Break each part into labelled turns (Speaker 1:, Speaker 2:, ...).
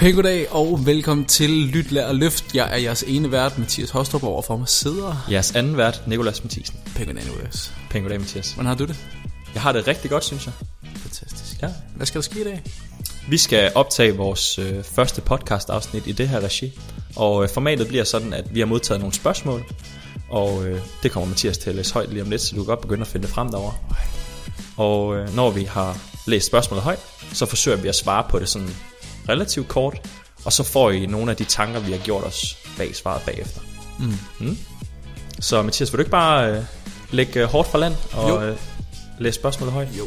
Speaker 1: Hej goddag og velkommen til Lyt, Lær og Løft. Jeg er jeres ene vært, Mathias Hostrup, og overfor mig sidder
Speaker 2: Jeres anden vært, Nikolas Mathisen.
Speaker 1: Penge Nanoas.
Speaker 2: Pæn goddag, Mathias.
Speaker 1: Hvordan har du det?
Speaker 2: Jeg har det rigtig godt, synes jeg.
Speaker 1: Fantastisk.
Speaker 2: Ja.
Speaker 1: Hvad skal der ske i dag?
Speaker 2: Vi skal optage vores øh, første podcast-afsnit i det her regi. Og øh, formatet bliver sådan, at vi har modtaget nogle spørgsmål. Og øh, det kommer Mathias til at læse højt lige om lidt, så du kan godt begynde at finde det frem derovre. Og øh, når vi har læst spørgsmålet højt, så forsøger vi at svare på det sådan relativt kort. Og så får I nogle af de tanker, vi har gjort os bag svaret bagefter. Mm. Mm. Så Mathias, vil du ikke bare øh, lægge øh, hårdt fra land
Speaker 1: Jo.
Speaker 2: og øh, læse spørgsmålet højt?
Speaker 1: Jo.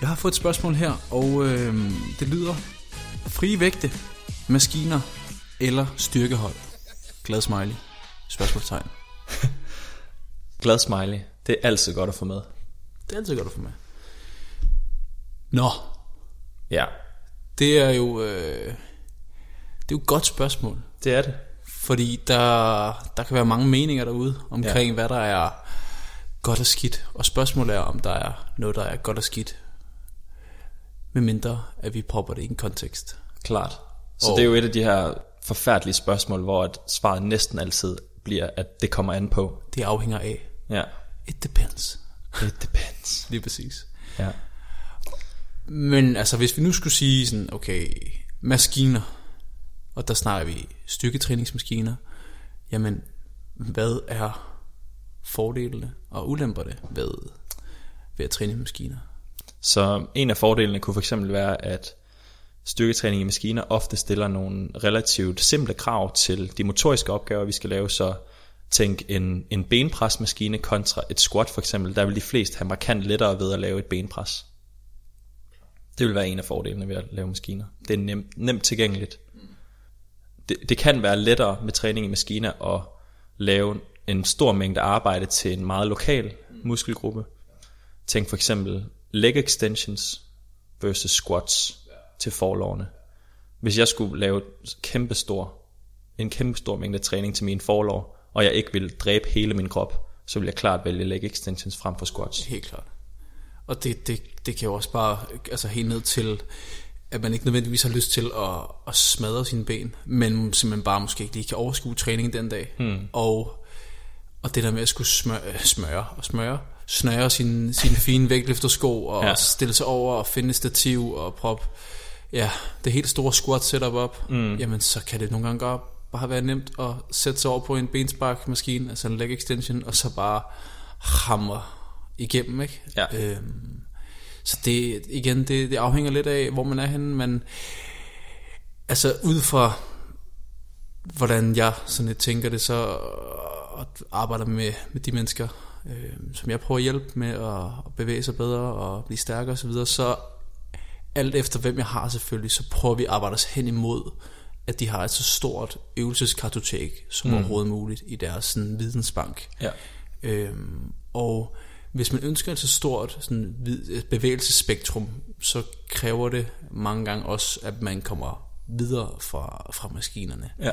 Speaker 1: Jeg har fået et spørgsmål her, og øh, det lyder... Frie vægte, maskiner eller styrkehold? Glad smiley. Spørgsmålstegn.
Speaker 2: Glad smiley. Det er altid godt at få med.
Speaker 1: Det er altid godt at få med. Nå,
Speaker 2: Ja,
Speaker 1: det er jo... Øh, det er jo et godt spørgsmål.
Speaker 2: det er det.
Speaker 1: Fordi der, der kan være mange meninger derude omkring, ja. hvad der er godt og skidt. Og spørgsmålet er, om der er noget, der er godt og skidt. Med mindre, at vi propper det i en kontekst.
Speaker 2: Klart. Så
Speaker 1: Og-
Speaker 2: det er jo et af de her forfærdelige spørgsmål, hvor at svaret næsten altid bliver, at det kommer an på.
Speaker 1: Det afhænger af.
Speaker 2: Ja.
Speaker 1: It depends.
Speaker 2: It depends.
Speaker 1: Lige præcis.
Speaker 2: Ja.
Speaker 1: Men altså, hvis vi nu skulle sige sådan, okay, maskiner, og der snakker vi styrketræningsmaskiner, jamen, hvad er fordelene og ulemperne ved, ved at træne med maskiner?
Speaker 2: Så en af fordelene kunne fx være, at styrketræning i maskiner ofte stiller nogle relativt simple krav til de motoriske opgaver, vi skal lave. Så tænk en, en benpresmaskine kontra et squat for eksempel. Der vil de fleste have markant lettere ved at lave et benpres. Det vil være en af fordelene ved at lave maskiner. Det er nemt, nemt tilgængeligt. Det, det kan være lettere med træning i maskiner at lave en stor mængde arbejde til en meget lokal muskelgruppe. Tænk for eksempel leg extensions versus squats til forlovene. Hvis jeg skulle lave kæmpestor, en kæmpestor mængde træning til min forlov, og jeg ikke ville dræbe hele min krop, så ville jeg klart vælge leg extensions frem for squats.
Speaker 1: Helt klart. Og det, det, det kan jo også bare, altså helt ned til, at man ikke nødvendigvis har lyst til at, at smadre sine ben, men simpelthen bare måske ikke lige kan overskue træningen den dag. Hmm. Og, og det der med at skulle smøre, smøre og smøre, snøre sine, sine fine vægtløftersko og ja.
Speaker 2: Ja.
Speaker 1: stille sig over og finde et stativ og prop ja, det helt store squat setup op, mm. jamen så kan det nogle gange godt bare være nemt at sætte sig over på en bensparkmaskine, altså en leg extension, og så bare hamre igennem, ikke?
Speaker 2: Ja.
Speaker 1: Øhm, så det, igen, det, det afhænger lidt af, hvor man er henne, men altså ud fra, hvordan jeg sådan lidt tænker det, så og arbejder med, med de mennesker, øh, som jeg prøver at hjælpe med at, at bevæge sig bedre og blive stærkere osv., så, videre, så alt efter hvem jeg har selvfølgelig, så prøver vi at arbejde os hen imod, at de har et så stort øvelseskartotek som mm. overhovedet muligt i deres sådan, vidensbank.
Speaker 2: Ja.
Speaker 1: Øhm, og hvis man ønsker et så stort sådan, vid- bevægelsesspektrum, så kræver det mange gange også, at man kommer videre fra, fra maskinerne.
Speaker 2: Ja.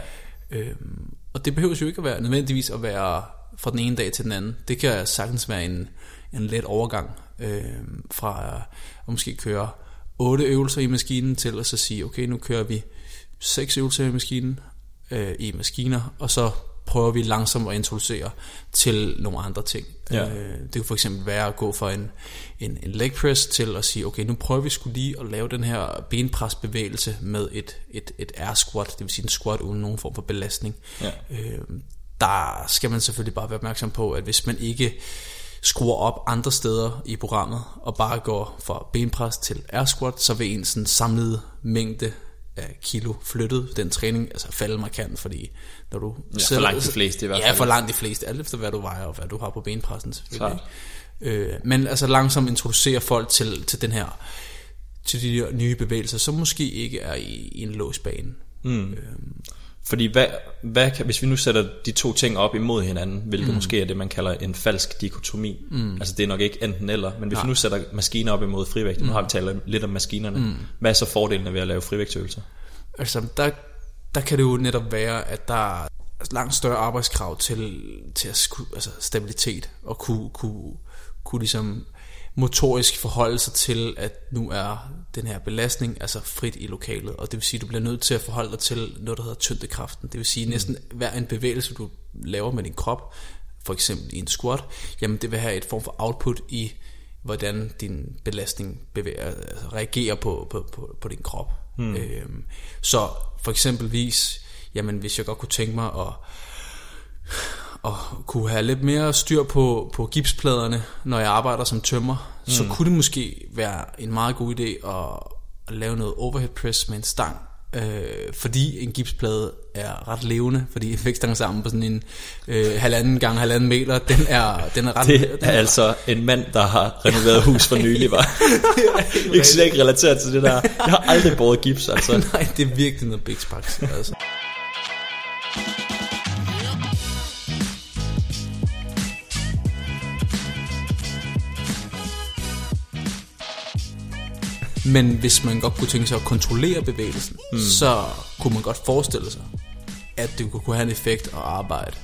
Speaker 1: Øhm, og det behøver jo ikke at være nødvendigvis at være fra den ene dag til den anden. Det kan sagtens være en, en let overgang øhm, fra at måske køre otte øvelser i maskinen til at så sige, okay, nu kører vi seks øvelser i maskinen øh, i maskiner, og så prøver vi langsomt at introducere til nogle andre ting.
Speaker 2: Ja.
Speaker 1: Øh, det kunne for eksempel være at gå fra en, en, en leg press til at sige, okay, nu prøver vi skulle lige at lave den her benpresbevægelse med et, et, et air squat, det vil sige en squat uden nogen form for belastning.
Speaker 2: Ja.
Speaker 1: Øh, der skal man selvfølgelig bare være opmærksom på, at hvis man ikke skruer op andre steder i programmet, og bare går fra benpres til air squat, så vil ens sådan samlede mængde af kilo flyttet, den træning, altså falde markant, fordi når du
Speaker 2: for langt de fleste i hvert
Speaker 1: Ja,
Speaker 2: fald.
Speaker 1: for langt de fleste, alt efter hvad du vejer og hvad du har på benpressen selvfølgelig.
Speaker 2: Klart.
Speaker 1: Øh, men altså langsomt introducere folk til, til den her til de her nye bevægelser, som måske ikke er i, i en låsbane.
Speaker 2: Fordi hvad, hvad kan, hvis vi nu sætter de to ting op imod hinanden, hvilket mm. måske er det, man kalder en falsk dikotomi. Mm. Altså det er nok ikke enten eller, men hvis vi nu sætter maskiner op imod frivægt, mm. nu har vi talt lidt om maskinerne, mm. hvad er så fordelene ved at lave frivægtøvelser?
Speaker 1: Altså, der, der kan det jo netop være, at der er langt større arbejdskrav til, til at sku, altså stabilitet og kunne, kunne, kunne ligesom motorisk forholde sig til, at nu er den her belastning altså frit i lokalet, og det vil sige, at du bliver nødt til at forholde dig til noget, der hedder tyngdekraften. Det vil sige, at næsten hver en bevægelse, du laver med din krop, for eksempel i en squat, jamen det vil have et form for output i, hvordan din belastning bevæger, altså reagerer på, på, på, på din krop.
Speaker 2: Hmm.
Speaker 1: Mm. Øhm, så for eksempelvis, jamen hvis jeg godt kunne tænke mig at og kunne have lidt mere styr på, på gipspladerne, når jeg arbejder som tømmer, mm.
Speaker 2: Hmm.
Speaker 1: så kunne det måske være en meget god idé at, at lave noget overhead press med en stang, øh, fordi en gipsplade er ret levende, fordi vægtstangen sammen på sådan en øh, halvanden gange halvanden meter, den er, den er ret...
Speaker 2: Det
Speaker 1: den
Speaker 2: er altså en mand, der har renoveret hus for nylig, var. ikke slet ikke relateret til det der. Jeg har aldrig båret gips, altså.
Speaker 1: Nej, det er virkelig noget big sparks, altså. Men hvis man godt kunne tænke sig at kontrollere bevægelsen, mm. så kunne man godt forestille sig, at det kunne have en effekt at arbejde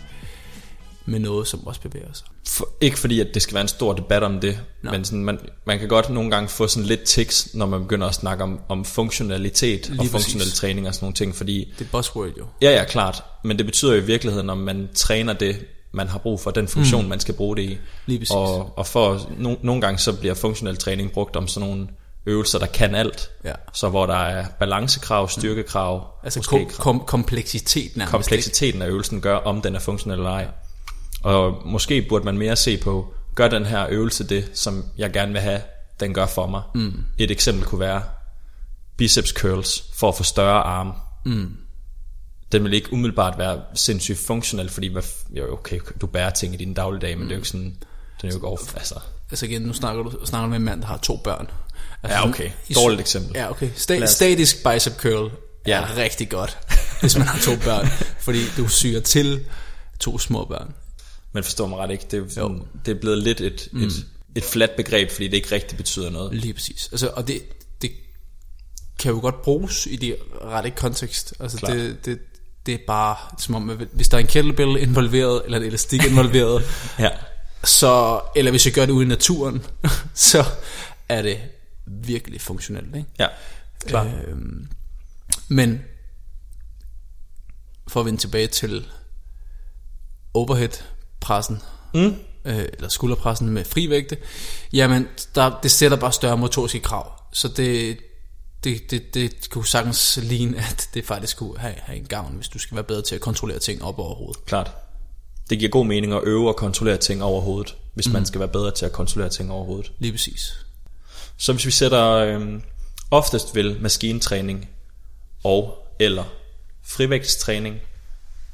Speaker 1: med noget, som også bevæger sig.
Speaker 2: For, ikke fordi, at det skal være en stor debat om det, no. men sådan, man, man kan godt nogle gange få sådan lidt tics, når man begynder at snakke om, om funktionalitet Lige og
Speaker 1: præcis.
Speaker 2: funktionel træning og sådan nogle ting, fordi
Speaker 1: Det er buzzword jo.
Speaker 2: ja, ja, klart, men det betyder jo i virkeligheden, om man træner det, man har brug for, den funktion, mm. man skal bruge det i.
Speaker 1: Lige præcis.
Speaker 2: og, og for, no, nogle gange så bliver funktionel træning brugt om sådan nogle øvelser, der kan alt.
Speaker 1: Ja.
Speaker 2: Så hvor der er balancekrav, styrkekrav,
Speaker 1: Altså
Speaker 2: måske
Speaker 1: kom, kom, kompleksitet nærmest. ikke?
Speaker 2: kompleksiteten af øvelsen gør, om den er funktionel eller ej. Og måske burde man mere se på, gør den her øvelse det, som jeg gerne vil have, den gør for mig. Mm. Et eksempel kunne være biceps curls for at få større arme. Mm. Den vil ikke umiddelbart være sindssygt funktionel, fordi hvad, f- jo, okay, du bærer ting i din dagligdag, men det er jo ikke sådan, den er jo ikke over, altså,
Speaker 1: Altså igen, nu snakker du snakker du med en mand, der har to børn. Altså,
Speaker 2: ja okay,
Speaker 1: i-
Speaker 2: dårligt eksempel.
Speaker 1: Ja, okay. Sta- statisk bicep curl er
Speaker 2: Ja.
Speaker 1: ja. rigtig godt, hvis man har to børn. fordi du syger til to små børn.
Speaker 2: Men forstår mig ret ikke, det er, sådan, det er blevet lidt et, mm. et, et flat begreb, fordi det ikke rigtig betyder noget.
Speaker 1: Lige præcis. Altså, og det, det kan jo godt bruges i det rette kontekst. Altså,
Speaker 2: Klart.
Speaker 1: det, det, det er bare som om, at hvis der er en kettlebell involveret, eller en elastik involveret,
Speaker 2: Ja.
Speaker 1: så, eller hvis jeg gør det ude i naturen, så er det virkelig funktionelt, ikke?
Speaker 2: Ja, klart. Øh,
Speaker 1: Øhm, men for at vende tilbage til overhead-pressen, mm. øh, eller skulderpressen med frivægte, jamen der, det sætter bare større motoriske krav. Så det, det, det, det kunne sagtens ligne, at det faktisk kunne have, have en gavn, hvis du skal være bedre til at kontrollere ting op over hovedet.
Speaker 2: klart. Det giver god mening at øve og kontrollere ting over hovedet, hvis mm. man skal være bedre til at kontrollere ting over hovedet.
Speaker 1: Lige præcis.
Speaker 2: Så hvis vi sætter øhm, oftest vil maskintræning og eller frivægtstræning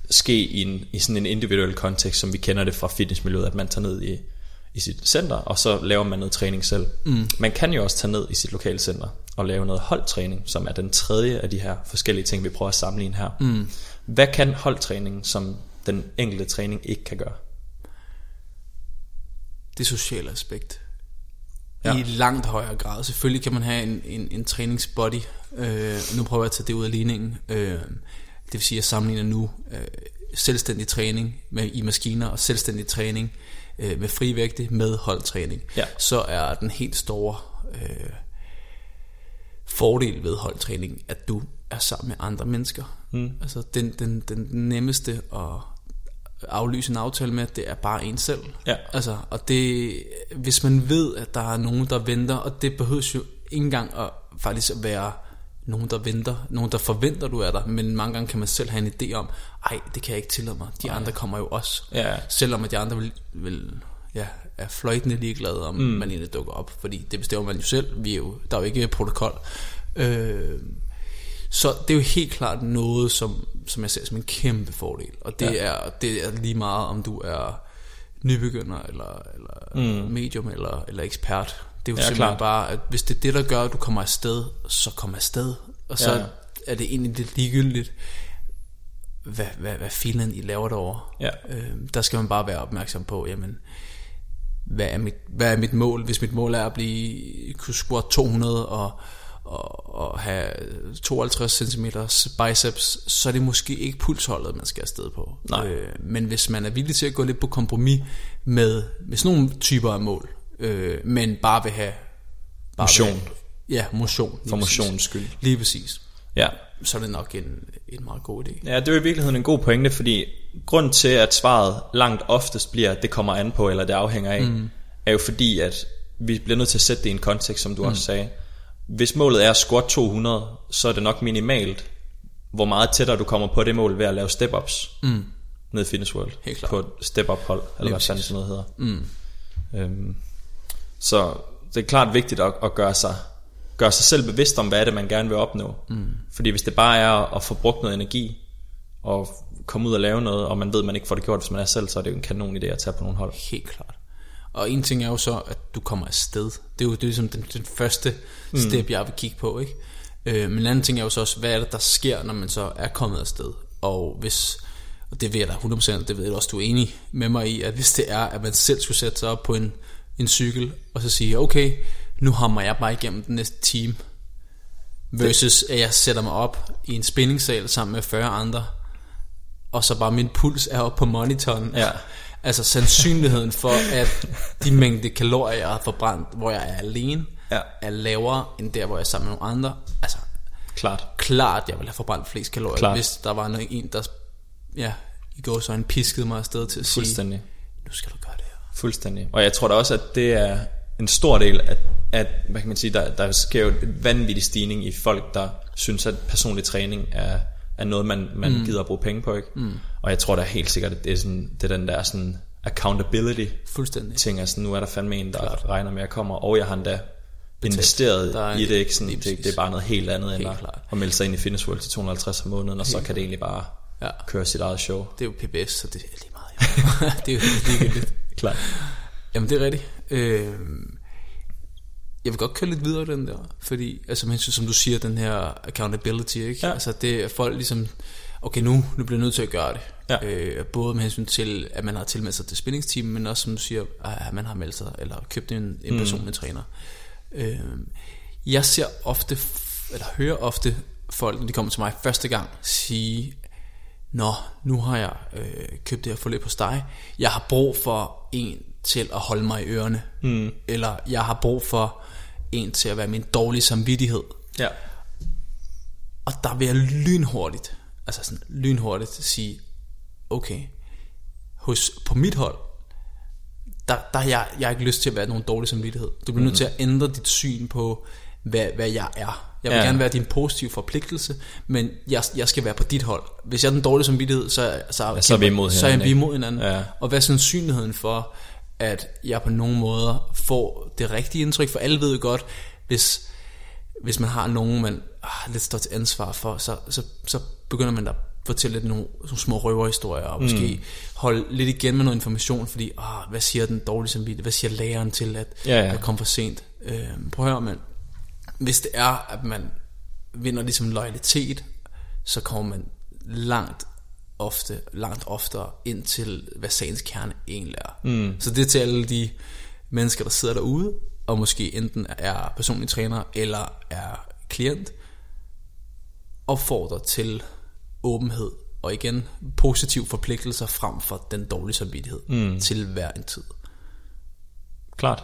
Speaker 2: ske i, en, i sådan en individuel kontekst, som vi kender det fra fitnessmiljøet, at man tager ned i, i sit center, og så laver man noget træning selv. Mm. Man kan jo også tage ned i sit lokale center og lave noget holdtræning, som er den tredje af de her forskellige ting, vi prøver at sammenligne her. Mm. Hvad kan holdtræningen, som den enkelte træning ikke kan gøre?
Speaker 1: det sociale aspekt.
Speaker 2: Ja.
Speaker 1: Ja. I langt højere grad. Selvfølgelig kan man have en, en, en træningsbody. Øh, nu prøver jeg at tage det ud af ligningen. Øh, det vil sige, at jeg sammenligner nu øh, selvstændig træning med, i maskiner og selvstændig træning øh, med frivægte med holdtræning.
Speaker 2: Ja.
Speaker 1: Så er den helt store øh, fordel ved holdtræning, at du er sammen med andre mennesker. Mm. Altså den, den, den nemmeste at aflyse en aftale med, det er bare en selv.
Speaker 2: Ja.
Speaker 1: Altså, og det, hvis man ved, at der er nogen, der venter, og det behøves jo ikke engang at, faktisk at være nogen, der venter, nogen, der forventer, du er der, men mange gange kan man selv have en idé om, ej, det kan jeg ikke tillade mig, de andre kommer jo også.
Speaker 2: Ja.
Speaker 1: Selvom at de andre vil, vil ja, er fløjtende ligeglade, om mm. man egentlig dukker op, fordi det bestemmer man jo selv, vi er jo, der er jo ikke protokol. Øh, så det er jo helt klart noget, som, som jeg ser som en kæmpe fordel. Og det, ja. er, det er lige meget, om du er nybegynder, eller, eller mm. medium, eller, eller ekspert. Det er jo
Speaker 2: Ja,
Speaker 1: ja, simpelthen
Speaker 2: klart.
Speaker 1: klart. bare, at hvis det er det, der gør, at du kommer afsted, så kom afsted. Og så
Speaker 2: Ja, ja.
Speaker 1: ja. er det egentlig lidt ligegyldigt, hvad, hvad, hvad filen I laver derovre.
Speaker 2: Ja.
Speaker 1: Øh, der skal man bare være opmærksom på, jamen, hvad er, mit, hvad er mit mål? Hvis mit mål er at blive, kunne squat 200 og, og, og have 52 cm biceps, så er det måske ikke pulsholdet, man skal afsted på.
Speaker 2: Nej.
Speaker 1: Øh, men hvis man er villig til at gå lidt på kompromis med, med sådan nogle typer af mål, øh, men bare vil have... Bare Vil
Speaker 2: Motion.
Speaker 1: have, ja, motion. lige
Speaker 2: For
Speaker 1: præcis.
Speaker 2: motionens skyld.
Speaker 1: Lige præcis.
Speaker 2: Ja.
Speaker 1: Så er det nok en, en meget god idé.
Speaker 2: ja, det er jo i virkeligheden en god pointe, fordi grund til, at svaret langt oftest bliver, at det kommer an på, eller det afhænger af, mm. er jo fordi, at vi bliver nødt til at sætte det i en kontekst, som du mm. også sagde. Hvis målet er at squat 200, så er det nok minimalt, hvor meget tættere du kommer på det mål ved at lave step-ups mm. ned i Fitness World.
Speaker 1: Helt klart.
Speaker 2: På et step-up-hold, eller hvad fanden sådan noget hedder. Mm. Øhm, Så det er klart vigtigt at, at gøre, sig, gøre sig selv bevidst om, hvad er det, man gerne vil opnå. Mm. Fordi hvis det bare er at få brugt noget energi, og komme ud og lave noget, og man ved, man ikke får det gjort, hvis man er selv, så er det jo en kanon idé at tage på nogle hold.
Speaker 1: Helt klart. Og en ting er jo så, at du kommer afsted. Det er jo det er ligesom den, den første step, mm. jeg vil kigge på. Ikke? Øh, men en anden ting er jo så også, hvad er det, der sker, når man så er kommet afsted? Og hvis, og det ved jeg da 100%, det ved jeg også, du er enig med mig i, at hvis det er, at man selv skulle sætte sig op på en, en cykel, og så sige, okay, nu hammer jeg bare igennem den næste time, versus at jeg sætter mig op i en spændingssal sammen med 40 andre, og så bare min puls er op på monitoren.
Speaker 2: Ja.
Speaker 1: Altså sandsynligheden for, at de mængde kalorier, jeg har forbrændt, hvor jeg er alene,
Speaker 2: Ja.
Speaker 1: er lavere end der, hvor jeg er sammen med nogle andre. Altså
Speaker 2: Klart.
Speaker 1: klart, jeg ville have forbrændt flest kalorier,
Speaker 2: Klart.
Speaker 1: hvis der var noget- en, der ja, i går så en piskede mig afsted til at sige,
Speaker 2: Fuldstændig.
Speaker 1: nu skal du gøre det her.
Speaker 2: Fuldstændig. Og jeg tror da også, at det er en stor del af, at hvad kan man sige, der, der sker jo en vanvittig stigning i folk, der synes, at personlig træning er, er noget, man, man mm. gider at bruge penge på. Ikke? Mm. Og jeg tror da helt sikkert, at det er, sådan, det er den der sådan accountability
Speaker 1: Fuldstændig.
Speaker 2: ting, altså nu er der fandme en, der Klart. regner med, at jeg kommer, og jeg har endda investeret
Speaker 1: Der er
Speaker 2: i
Speaker 1: en-
Speaker 2: det, ikke? Sådan,
Speaker 1: lige
Speaker 2: det,
Speaker 1: præcis.
Speaker 2: det er bare noget helt andet, helt end at,
Speaker 1: klart.
Speaker 2: at melde sig ind i Fitness World til 250 om måneden, og så kan det egentlig bare
Speaker 1: Ja.
Speaker 2: køre sit eget show.
Speaker 1: Det er jo PBS, så det er lige meget. det er jo helt ligegyldigt.
Speaker 2: Klart.
Speaker 1: Jamen det er rigtigt. Øh, jeg vil godt køre lidt videre den der, fordi altså, men, som du siger, den her accountability, ikke?
Speaker 2: Ja.
Speaker 1: Altså det er folk ligesom, okay nu, nu bliver jeg nødt til at gøre det.
Speaker 2: Ja.
Speaker 1: Øh, både med hensyn til, at man har tilmeldt sig til spændingsteam, men også som du siger, at man har meldt sig, eller købt en,
Speaker 2: Mm.
Speaker 1: en personlig træner. Øh, jeg ser ofte, f- eller hører ofte folk, når de kommer til mig første gang, sige, Nå, nu har jeg øh, købt det her forløb hos dig. Jeg har brug for en til at holde mig i ørerne. Mm. Eller jeg har brug for en til at være min dårlige samvittighed.
Speaker 2: Ja.
Speaker 1: Og der vil jeg lynhurtigt, altså sådan lynhurtigt sige, okay, hos, på mit hold, der, der har jeg, jeg har ikke lyst til at være nogen dårlig samvittighed. Du bliver mm. nødt til at ændre dit syn på, hvad, hvad jeg er. Jeg vil
Speaker 2: Ja.
Speaker 1: ja. gerne være din positive forpligtelse, men jeg, jeg skal være på dit hold. Hvis jeg er den dårlige samvittighed, så, så, ja,
Speaker 2: så er vi imod
Speaker 1: så er
Speaker 2: hinanden,
Speaker 1: vi
Speaker 2: ikke?
Speaker 1: imod hinanden.
Speaker 2: Ja.
Speaker 1: Og hvad er sandsynligheden for, at jeg på nogen måder får det rigtige indtryk? For alle ved jo godt, hvis, hvis man har nogen, man ah, lidt står til ansvar for, så, så, så begynder man at fortælle lidt nogle, nogle små røverhistorier, og måske mm. holde lidt igen med noget information, fordi, ah, hvad siger den dårlige samvittighed? Hvad siger læreren til, at
Speaker 2: Ja, ja.
Speaker 1: jeg kom for sent? Øh, prøv at høre, mand. Hvis det er, at man vinder ligesom loyalitet, så kommer man langt ofte, langt oftere ind til, hvad sagens kerne egentlig er. Mm. Så det er til alle de mennesker, der sidder derude, og måske enten er personlig træner, eller er klient, opfordrer til åbenhed, og igen positiv forpligtelser frem for den dårlige samvittighed mm. til hver en tid.
Speaker 2: Klart.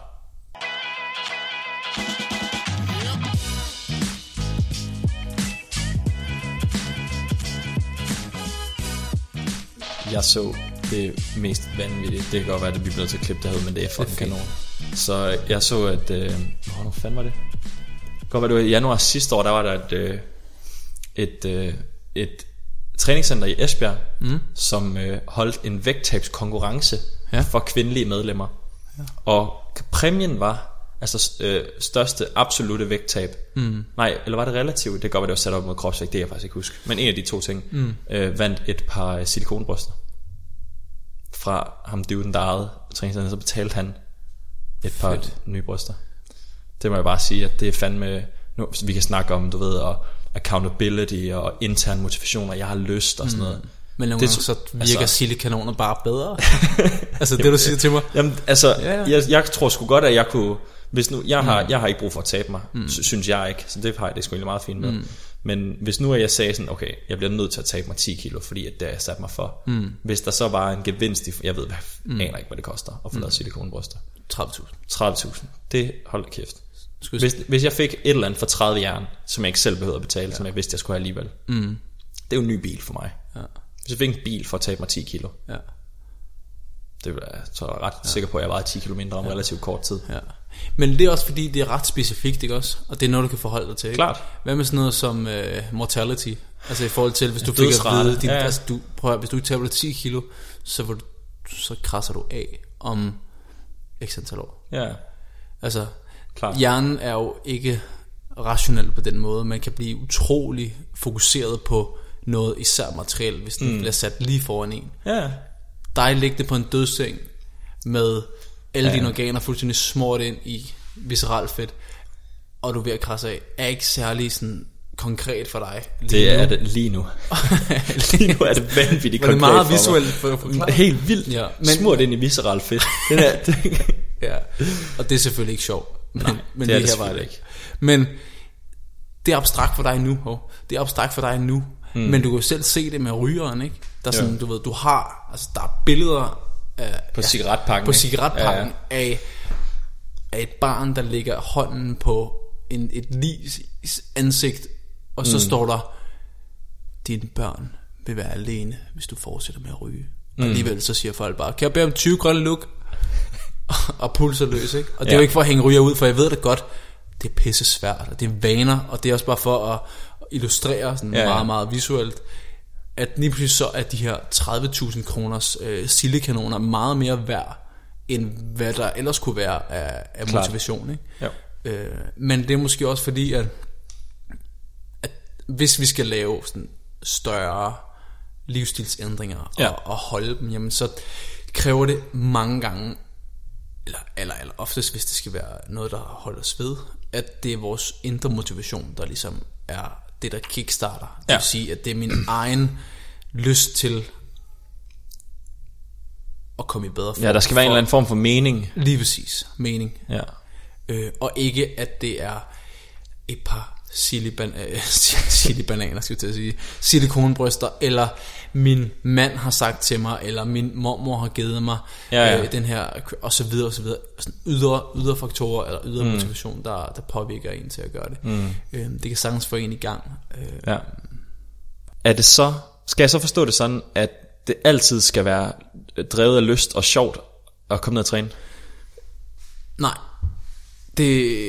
Speaker 2: Jeg så det mest vanvittige. Det kan godt være, at vi bliver nødt til at klippe det her ud, men det er fucking
Speaker 1: fint.
Speaker 2: kanon. Så jeg så, at... Øh, hvor fanden var det? Det kan godt være, det var i januar sidste år, der var der et, øh, et, øh, et træningscenter i Esbjerg, mm. som øh, holdt en vægttabskonkurrence ja.
Speaker 1: Ja.
Speaker 2: for kvindelige medlemmer. Ja. Og præmien var altså øh, største absolute vægttab. Mm. Nej, eller var det relativt? Det kan godt være, det var sat op mod kropsvægt, det kan jeg faktisk ikke huske. Men en af de to ting mm. øh, vandt et par øh, silikonbryster fra ham dyven, der ejede træningscenteret, så betalte han et par Fedt. nye bryster. Det må jeg bare sige, at det er fandme... Nu, vi kan snakke om, du ved, og accountability og intern motivation, og jeg har lyst og sådan noget.
Speaker 1: Men nogle
Speaker 2: Det
Speaker 1: det, gange
Speaker 2: tr-
Speaker 1: så virker altså,
Speaker 2: altså-
Speaker 1: silikanoner bare bedre. altså det, du siger til mig.
Speaker 2: Jamen, altså,
Speaker 1: Ja, ja.
Speaker 2: Jeg, jeg tror sgu godt, at jeg kunne... Hvis nu, jeg, har, jeg har ikke brug for at tabe mig, mm. synes jeg ikke. Så det har jeg det er sgu egentlig meget fint med. Mm. Men hvis nu at jeg sagde sådan, okay, jeg bliver nødt til at tabe mig 10 kilo, fordi at det har jeg Mm. sat mig for. Mm. Hvis der så var en gevinst, i, jeg ved, hvad, mm. aner ikke, hvad det koster at få lavet silikonbryster.
Speaker 1: 30.000.
Speaker 2: 30.000. Det, hold kæft.
Speaker 1: Skulle
Speaker 2: Hvis, hvis jeg fik et eller andet for 30 jern, som jeg ikke selv behøvede at betale, ja. som jeg vidste, jeg skulle have alligevel. Mm. Det er jo en ny bil for mig.
Speaker 1: Ja.
Speaker 2: Hvis jeg fik en bil for at tabe mig 10 kilo,
Speaker 1: Ja,
Speaker 2: det ville jeg, tror jeg er ret ja. sikker på, at jeg vejede 10 kilo mindre om ja. relativt kort tid.
Speaker 1: ja. Men det er også fordi, det er ret specifikt, ikke også? Og det er noget, du kan forholde dig til, ikke?
Speaker 2: Klart.
Speaker 1: Hvad med sådan noget som uh, mortality? Altså i forhold til, hvis du fik at
Speaker 2: Dødsrate.
Speaker 1: vide, din, ja.
Speaker 2: Ja, ja.
Speaker 1: altså, du, prøv at, høre, hvis du ikke taber dig 10 kilo, så, vil du, så krasser du af om x antal år.
Speaker 2: Ja,
Speaker 1: Altså,
Speaker 2: klart.
Speaker 1: hjernen er jo ikke rationel på den måde. Man kan blive utrolig fokuseret på noget, især materiel, hvis den mm. bliver sat lige foran en.
Speaker 2: Ja,
Speaker 1: dig liggende på en dødsseng med alle ja. dine organer fuldstændig smurt ind i visceralt fedt, og du er ved at krasse af, er ikke særlig sådan konkret for dig.
Speaker 2: det er det lige nu. lige nu er det vanvittigt
Speaker 1: Var det
Speaker 2: konkret
Speaker 1: meget
Speaker 2: for mig. Mm.
Speaker 1: visuelt for at forklare?
Speaker 2: Helt vildt.
Speaker 1: Ja,
Speaker 2: Ja,
Speaker 1: men-
Speaker 2: men... Smurt ind i visceral fedt. Den er, det,
Speaker 1: Ja. Og det er selvfølgelig ikke sjovt. Men, Nej, men
Speaker 2: det er
Speaker 1: lige
Speaker 2: det
Speaker 1: her var det
Speaker 2: selvfølgelig
Speaker 1: ikke. Men det er abstrakt for dig nu, hov. Det er abstrakt for dig nu. Mm. Men du kan jo selv se det med rygeren, ikke? Der er sådan,
Speaker 2: Ja.
Speaker 1: du ved, du har, altså der er billeder af,
Speaker 2: på cigaretpakken.
Speaker 1: på
Speaker 2: ikke?
Speaker 1: cigaretpakken ja, ja. af, af et barn, der lægger hånden på en, et ligs ansigt, og så mm. står der, dine børn vil være alene, hvis du fortsætter med at ryge. Mm. Og alligevel så siger folk bare, kan jeg bede om 20 grønne luk? og pulser løs, ikke? Og det er jo
Speaker 2: Ja.
Speaker 1: ikke for at hænge ryger ud, for jeg ved det godt, det er pisse svært, og det er vaner, og det er også bare for at illustrere sådan ja,
Speaker 2: Ja,
Speaker 1: ja.
Speaker 2: ja.
Speaker 1: meget, meget visuelt, at lige pludselig så er de her 30.000 kroners øh, sildekanoner meget mere værd, end hvad der ellers kunne være af, af
Speaker 2: Klart.
Speaker 1: motivation, ikke?
Speaker 2: Ja.
Speaker 1: Øh, men det er måske også fordi, at, at hvis vi skal lave sådan større livsstilsændringer og, ja.
Speaker 2: Ja.
Speaker 1: og holde dem, jamen så kræver det mange gange, eller, eller, eller oftest, hvis det skal være noget, der holder os ved, at det er vores indre motivation, der ligesom er det, der kickstarter. Det ja.
Speaker 2: Ja.
Speaker 1: vil sige, at det er min egen lyst til at komme i bedre form.
Speaker 2: ja, der skal være en eller anden form for mening.
Speaker 1: Lige præcis. Mening.
Speaker 2: Ja.
Speaker 1: Øh, og ikke at det er et par siliban øh, silibananer, skal jeg til at sige, silikonbryster, eller min mand har sagt til mig, eller min mormor har givet mig
Speaker 2: Ja, ja.
Speaker 1: Øh, den her, og så videre, og så videre. Sådan ydre, ydre faktorer, eller ydre mm. motivation, der, der påvirker en til at gøre det. Mm. Øh, det kan sagtens få en i gang. Øh,
Speaker 2: ja. Er det så, skal jeg så forstå det sådan, at det altid skal være drevet af lyst og sjovt at komme ned og træne?
Speaker 1: nej, det,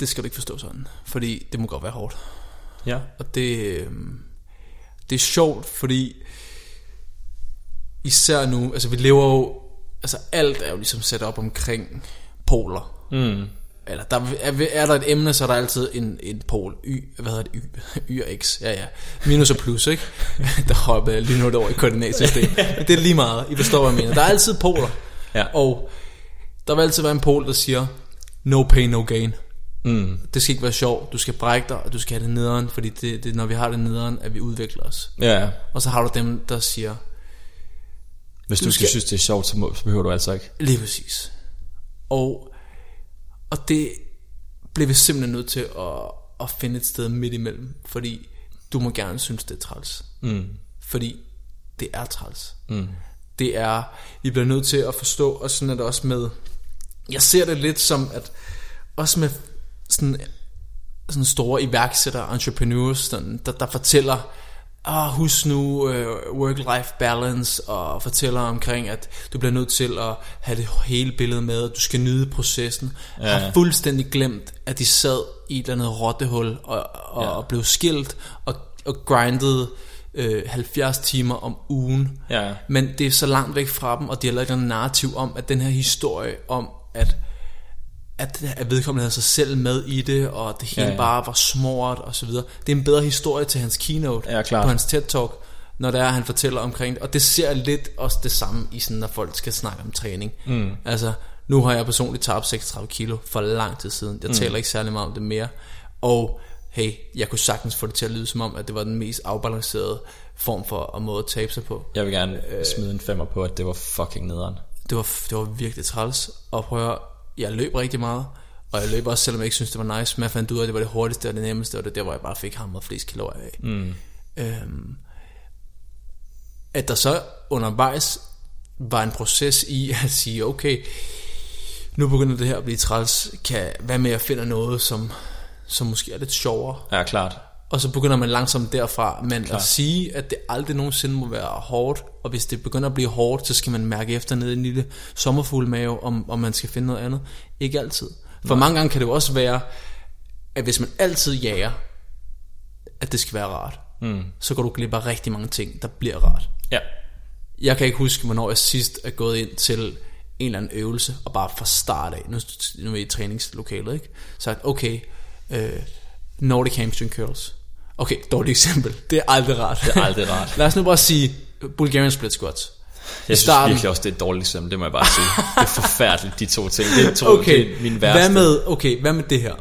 Speaker 1: det skal du ikke forstå sådan, fordi det må godt være hårdt.
Speaker 2: Ja.
Speaker 1: Og det, øh, det er sjovt, fordi især nu, altså vi lever jo, altså alt er jo ligesom sat op omkring poler.
Speaker 2: Mm.
Speaker 1: Eller der er, er der et emne, så er der altid en, en pol. Y, hvad hedder det? Y, y og x. Ja, ja. Minus og plus, ikke? Der hopper jeg lige nu over i koordinatsystemet. Men det er lige meget. I forstår, hvad jeg mener. Der er altid poler.
Speaker 2: Ja.
Speaker 1: Og der vil altid være en pol, der siger, no pain, no gain.
Speaker 2: Mm.
Speaker 1: Det skal ikke være sjovt. Du skal brække dig, og du skal have det nederen, fordi det, det er, når vi har det nederen, at vi udvikler os.
Speaker 2: Ja.
Speaker 1: Og så har du dem, der siger,
Speaker 2: Hvis du, du skal...
Speaker 1: skal-
Speaker 2: synes, det er sjovt, så, må, så behøver du altså ikke.
Speaker 1: lige præcis. Og, og det bliver vi simpelthen nødt til at, at finde et sted midt imellem, fordi du må gerne synes, det er træls.
Speaker 2: Mm.
Speaker 1: Fordi det er træls.
Speaker 2: Mm.
Speaker 1: Det er, vi bliver nødt til at forstå, og sådan er det også med, jeg ser det lidt som, at også med sådan, sådan store iværksættere, entrepreneurs, sådan, der, der fortæller, ah, husk nu øh, work-life balance, og fortæller omkring, at du bliver nødt til at have det hele billede med, at du skal nyde processen, ja. har fuldstændig glemt, at de sad i et eller andet rottehul, og, og, ja. og blev skilt, og, og grindede øh, 70 timer om ugen.
Speaker 2: Ja.
Speaker 1: Men det er så langt væk fra dem, og de har lavet en narrativ om, at den her historie om, at, at, at vedkommende havde sig selv med i det, og det hele ja, ja.
Speaker 2: Ja, ja.
Speaker 1: bare var smort og så videre. Det er en bedre historie til hans keynote,
Speaker 2: Ja, klart.
Speaker 1: på hans TED-talk, når det er, at han fortæller omkring det. Og det ser lidt også det samme i sådan, når folk skal snakke om træning. Mm. Altså, nu har jeg personligt tabt 36 kilo for lang tid siden. Jeg mm. taler ikke særlig meget om det mere. Og hey, jeg kunne sagtens få det til at lyde som om, at det var den mest afbalancerede form for at måde at tabe sig på.
Speaker 2: Jeg vil gerne øh... smide en femmer på, at det var fucking nederen.
Speaker 1: det var, det var virkelig træls. Og prøv at høre, jeg løb rigtig meget. Og jeg løb også, selvom jeg ikke synes det var nice. Men jeg fandt ud af, at det var det hurtigste og det nemmeste. Og det er der, hvor jeg bare fik hamret flest kalorier af. Mm. Øhm, at der så undervejs var en proces i at sige, okay, nu begynder det her at blive træls, kan, hvad med at finde noget, som, som måske er lidt sjovere.
Speaker 2: Ja, klart.
Speaker 1: Og så begynder man langsomt derfra, men Klar. at sige, at det aldrig nogensinde må være hårdt, og hvis det begynder at blive hårdt, så skal man mærke efter ned i en lille sommerfuglmave, om, om man skal finde noget andet. Ikke altid. For Nej. mange gange kan det jo også være, at hvis man altid jager, at det skal være rart, mm. så går du glip af rigtig mange ting, der bliver rart.
Speaker 2: Ja,
Speaker 1: Jeg kan ikke huske, hvornår jeg sidst er gået ind til en eller anden øvelse, og bare fra start af, nu, nu er vi i træningslokalet, ikke? Så at, okay, øh, Nordic Hamstring Curls. Okay, dårligt eksempel. Det er aldrig rart.
Speaker 2: det er aldrig rart.
Speaker 1: Lad os nu bare sige Bulgarian Split Squats.
Speaker 2: Jeg synes
Speaker 1: starten-
Speaker 2: virkelig også, det er et dårligt eksempel, det må jeg bare sige. Det er forfærdeligt, de to ting. Det er to det
Speaker 1: Okay,
Speaker 2: er min værste.
Speaker 1: hvad med, okay, hvad med det her?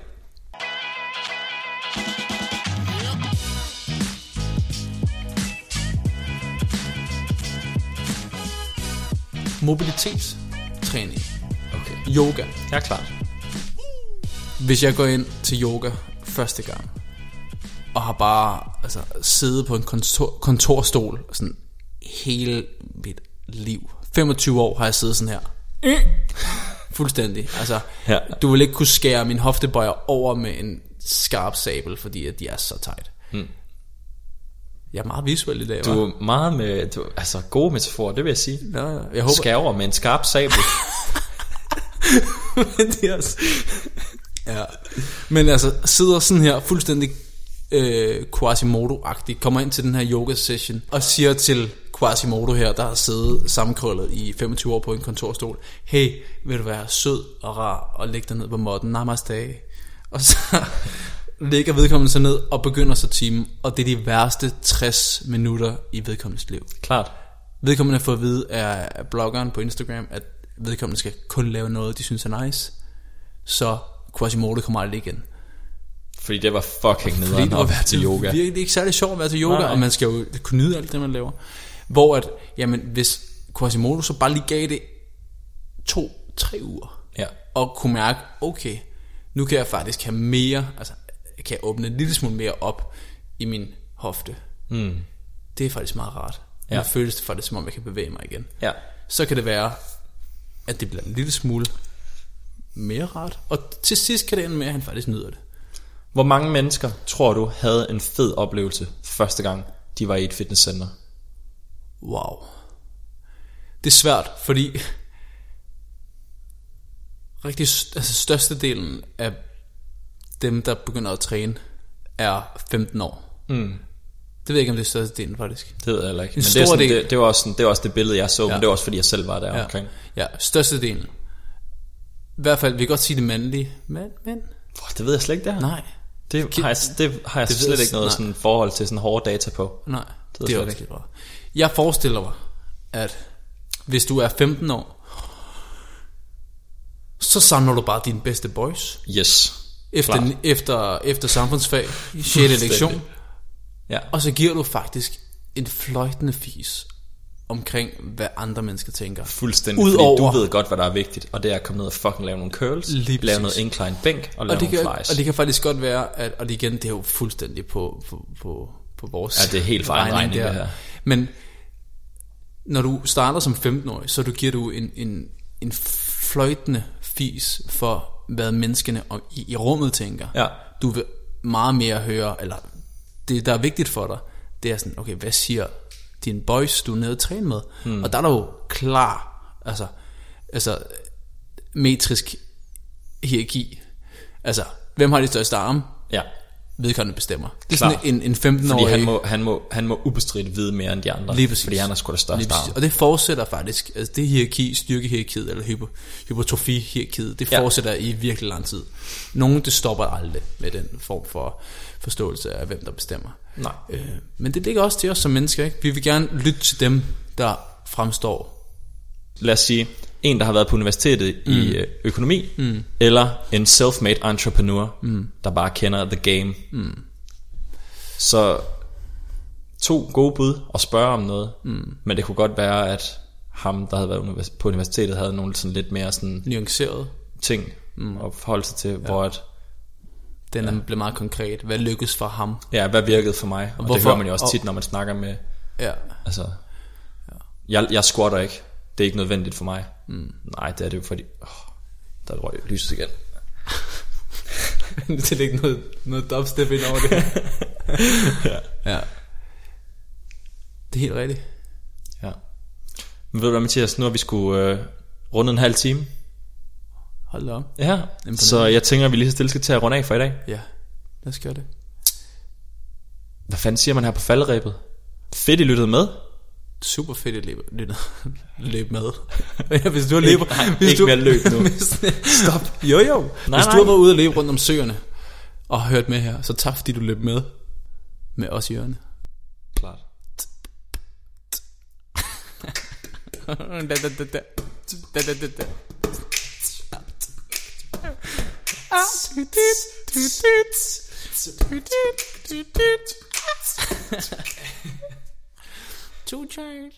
Speaker 1: Mobilitetstræning.
Speaker 2: Okay.
Speaker 1: Yoga.
Speaker 2: Ja, klart.
Speaker 1: Hvis jeg går ind til yoga første gang, og har bare altså, siddet på en kontor, kontorstol sådan hele mit liv. 25 år har jeg siddet sådan her. Øh. Fuldstændig. Altså,
Speaker 2: Mm. Ja.
Speaker 1: Du vil ikke kunne skære min hoftebøjer over med en skarp sabel, fordi at de er så tight. Hmm. Jeg er meget visuel i dag, hva'?
Speaker 2: Du er meget med, du, altså gode metaforer, det vil jeg sige.
Speaker 1: Nå, jeg håber,
Speaker 2: Skærer over med en skarp sabel.
Speaker 1: det er også... ja. Men altså, sidder sådan her fuldstændig øh, Quasimodo-agtig, kommer ind til den her yoga session og siger til Quasimodo her, der har siddet sammenkrøllet i 25 år på en kontorstol, hey, vil du være sød og rar og lægge dig ned på måtten, namaste. Og så ligger vedkommende sig ned og begynder så timen, og det er de værste 60 minutter i vedkommendes liv.
Speaker 2: klart.
Speaker 1: Vedkommende har fået at vide af bloggeren på Instagram, at vedkommende skal kun lave noget, de synes er nice. Så Quasimodo kommer aldrig igen.
Speaker 2: Fordi det var fucking
Speaker 1: Fordi
Speaker 2: nederen
Speaker 1: det
Speaker 2: at
Speaker 1: være
Speaker 2: være til yoga.
Speaker 1: Virkelig ikke særlig sjovt at være til yoga,
Speaker 2: Nej.
Speaker 1: Nej. og man skal jo kunne nyde alt det, man laver. Hvor at, jamen, hvis Quasimodo så bare lige gav det to-tre uger,
Speaker 2: Ja.
Speaker 1: og kunne mærke, okay, nu kan jeg faktisk have mere, altså kan jeg åbne en lille smule mere op i min hofte.
Speaker 2: Mm.
Speaker 1: Det er faktisk meget rart. Ja.
Speaker 2: Ja.
Speaker 1: Nu føles det faktisk, som om jeg kan bevæge mig igen
Speaker 2: Ja.
Speaker 1: så kan det være, at det bliver en lille smule mere rart. Og til sidst kan det ende med, at han faktisk nyder det.
Speaker 2: Hvor mange mennesker tror du havde en fed oplevelse første gang, de var i et fitnesscenter?
Speaker 1: Wow. Det er svært, fordi rigtig st- altså størstedelen af dem, der begynder at træne, er 15 år. Mm. Det ved jeg ikke, om det er størstedelen faktisk.
Speaker 2: Det ved jeg heller ikke. Men det,
Speaker 1: stor
Speaker 2: er sådan,
Speaker 1: del.
Speaker 2: det, det, var også sådan, det var også det billede, jeg så, ja. men det var også fordi, jeg selv var der ja. omkring.
Speaker 1: Ja, størstedelen. I hvert fald, vi kan godt sige det mandlige. Men, men,
Speaker 2: Hvor, det ved jeg slet ikke, det her.
Speaker 1: nej,
Speaker 2: Det har jeg, det har jeg
Speaker 1: Det ved
Speaker 2: slet
Speaker 1: jeg-
Speaker 2: ikke noget
Speaker 1: nej.
Speaker 2: sådan forhold til sådan hårde data på.
Speaker 1: Nej,
Speaker 2: ved
Speaker 1: det, det er
Speaker 2: jeg
Speaker 1: også bra. Jeg forestiller mig, at hvis du er 15 år, så samler du bare dine bedste boys
Speaker 2: Yes.
Speaker 1: efter,
Speaker 2: Klart.
Speaker 1: efter, efter samfundsfag i 6. lektion,
Speaker 2: Ja.
Speaker 1: og så giver du faktisk en fløjtende fis omkring, hvad andre mennesker tænker.
Speaker 2: Fuldstændig,
Speaker 1: Udover-
Speaker 2: fordi du ved godt, hvad der er vigtigt, og det er at komme ned og fucking lave nogle curls,
Speaker 1: Lige præcis.
Speaker 2: lave noget incline bænk og lave
Speaker 1: Og det, kan,
Speaker 2: nogle flies.
Speaker 1: og det kan faktisk godt være, at, og det igen, det er jo fuldstændig på, på, på, på vores
Speaker 2: Ja, det er helt for egen regning, det her.
Speaker 1: Men når du starter som 15-årig, så du giver du en, en, en fløjtende fis for, hvad menneskene om- i, i rummet tænker.
Speaker 2: Ja.
Speaker 1: Du vil meget mere høre, eller det, der er vigtigt for dig, det er sådan, okay, hvad siger din boys, du er nede og træne med?
Speaker 2: Hmm.
Speaker 1: Mm. Og der er der jo klar, altså, altså metrisk hierarki. Altså, hvem har de største arme?
Speaker 2: Ja.
Speaker 1: Vedkommende bestemmer. Det er
Speaker 2: Klar.
Speaker 1: sådan en, en 15-årig...
Speaker 2: Fordi han må, han, må, han må ubestridt vide mere end de andre.
Speaker 1: øh, Lige præcis.
Speaker 2: Fordi han er sgu da
Speaker 1: Lige
Speaker 2: størst
Speaker 1: præcis.
Speaker 2: arm.
Speaker 1: Og det fortsætter faktisk, altså det hierarki, styrkehierarkiet eller hypo, hypertrofi-hierarkiet, det
Speaker 2: Ja.
Speaker 1: fortsætter i virkelig lang tid. Nogen, det stopper aldrig med den form for forståelse af, hvem der bestemmer.
Speaker 2: Nej.
Speaker 1: Øh, men det ligger også til os som mennesker, ikke? Vi vil gerne lytte til dem, der fremstår.
Speaker 2: Lad os sige, en der har været på universitetet mm. i øh, økonomi, mm. eller en self-made entrepreneur, mm. der bare kender the game. Mm. Så to gode bud og spørge om noget. Mm. Men det kunne godt være, at ham, der havde været univers- på universitetet, havde nogle sådan lidt mere sådan
Speaker 1: Nuanceret.
Speaker 2: ting mm. at forholde sig til, ja. hvor at,
Speaker 1: Den ja. bliver meget konkret. Hvad lykkes for ham?
Speaker 2: ja, hvad virkede for mig? Og det
Speaker 1: hvorfor-
Speaker 2: hører man jo også
Speaker 1: og-
Speaker 2: tit, når man snakker med,
Speaker 1: Ja.
Speaker 2: altså, jeg, jeg squatter ikke, det er ikke nødvendigt for mig. Mm. Nej, det er det jo fordi, oh, Der røg lyset igen.
Speaker 1: til at lægge noget, noget dubstep ind over det. ja. ja. Det er helt rigtigt.
Speaker 2: Ja. Men ved du hvad, Mathias, nu har vi skulle øh, runde en halv time.
Speaker 1: Hold da op.
Speaker 2: Ja, så jeg tænker, at vi lige så stille skal til at runde af for i dag.
Speaker 1: Ja, lad os gøre det.
Speaker 2: Hvad fanden siger man her på falderæbet? Fedt, I lyttede med.
Speaker 1: Super fedt at løbe, løbe, løbe med. Ja, hvis du har
Speaker 2: Ikke-
Speaker 1: løbet...
Speaker 2: nej,
Speaker 1: hvis
Speaker 2: ikke
Speaker 1: du,
Speaker 2: mere løb nu.
Speaker 1: Stop. Jo, jo. Nej, hvis
Speaker 2: Nej,
Speaker 1: du har
Speaker 2: nej.
Speaker 1: været ude og løbe rundt om søerne og har hørt med her, så tak fordi du løb med. Med os i ørerne.
Speaker 2: Klart.
Speaker 1: da, da, da, da. Da, da, da, da. Two child.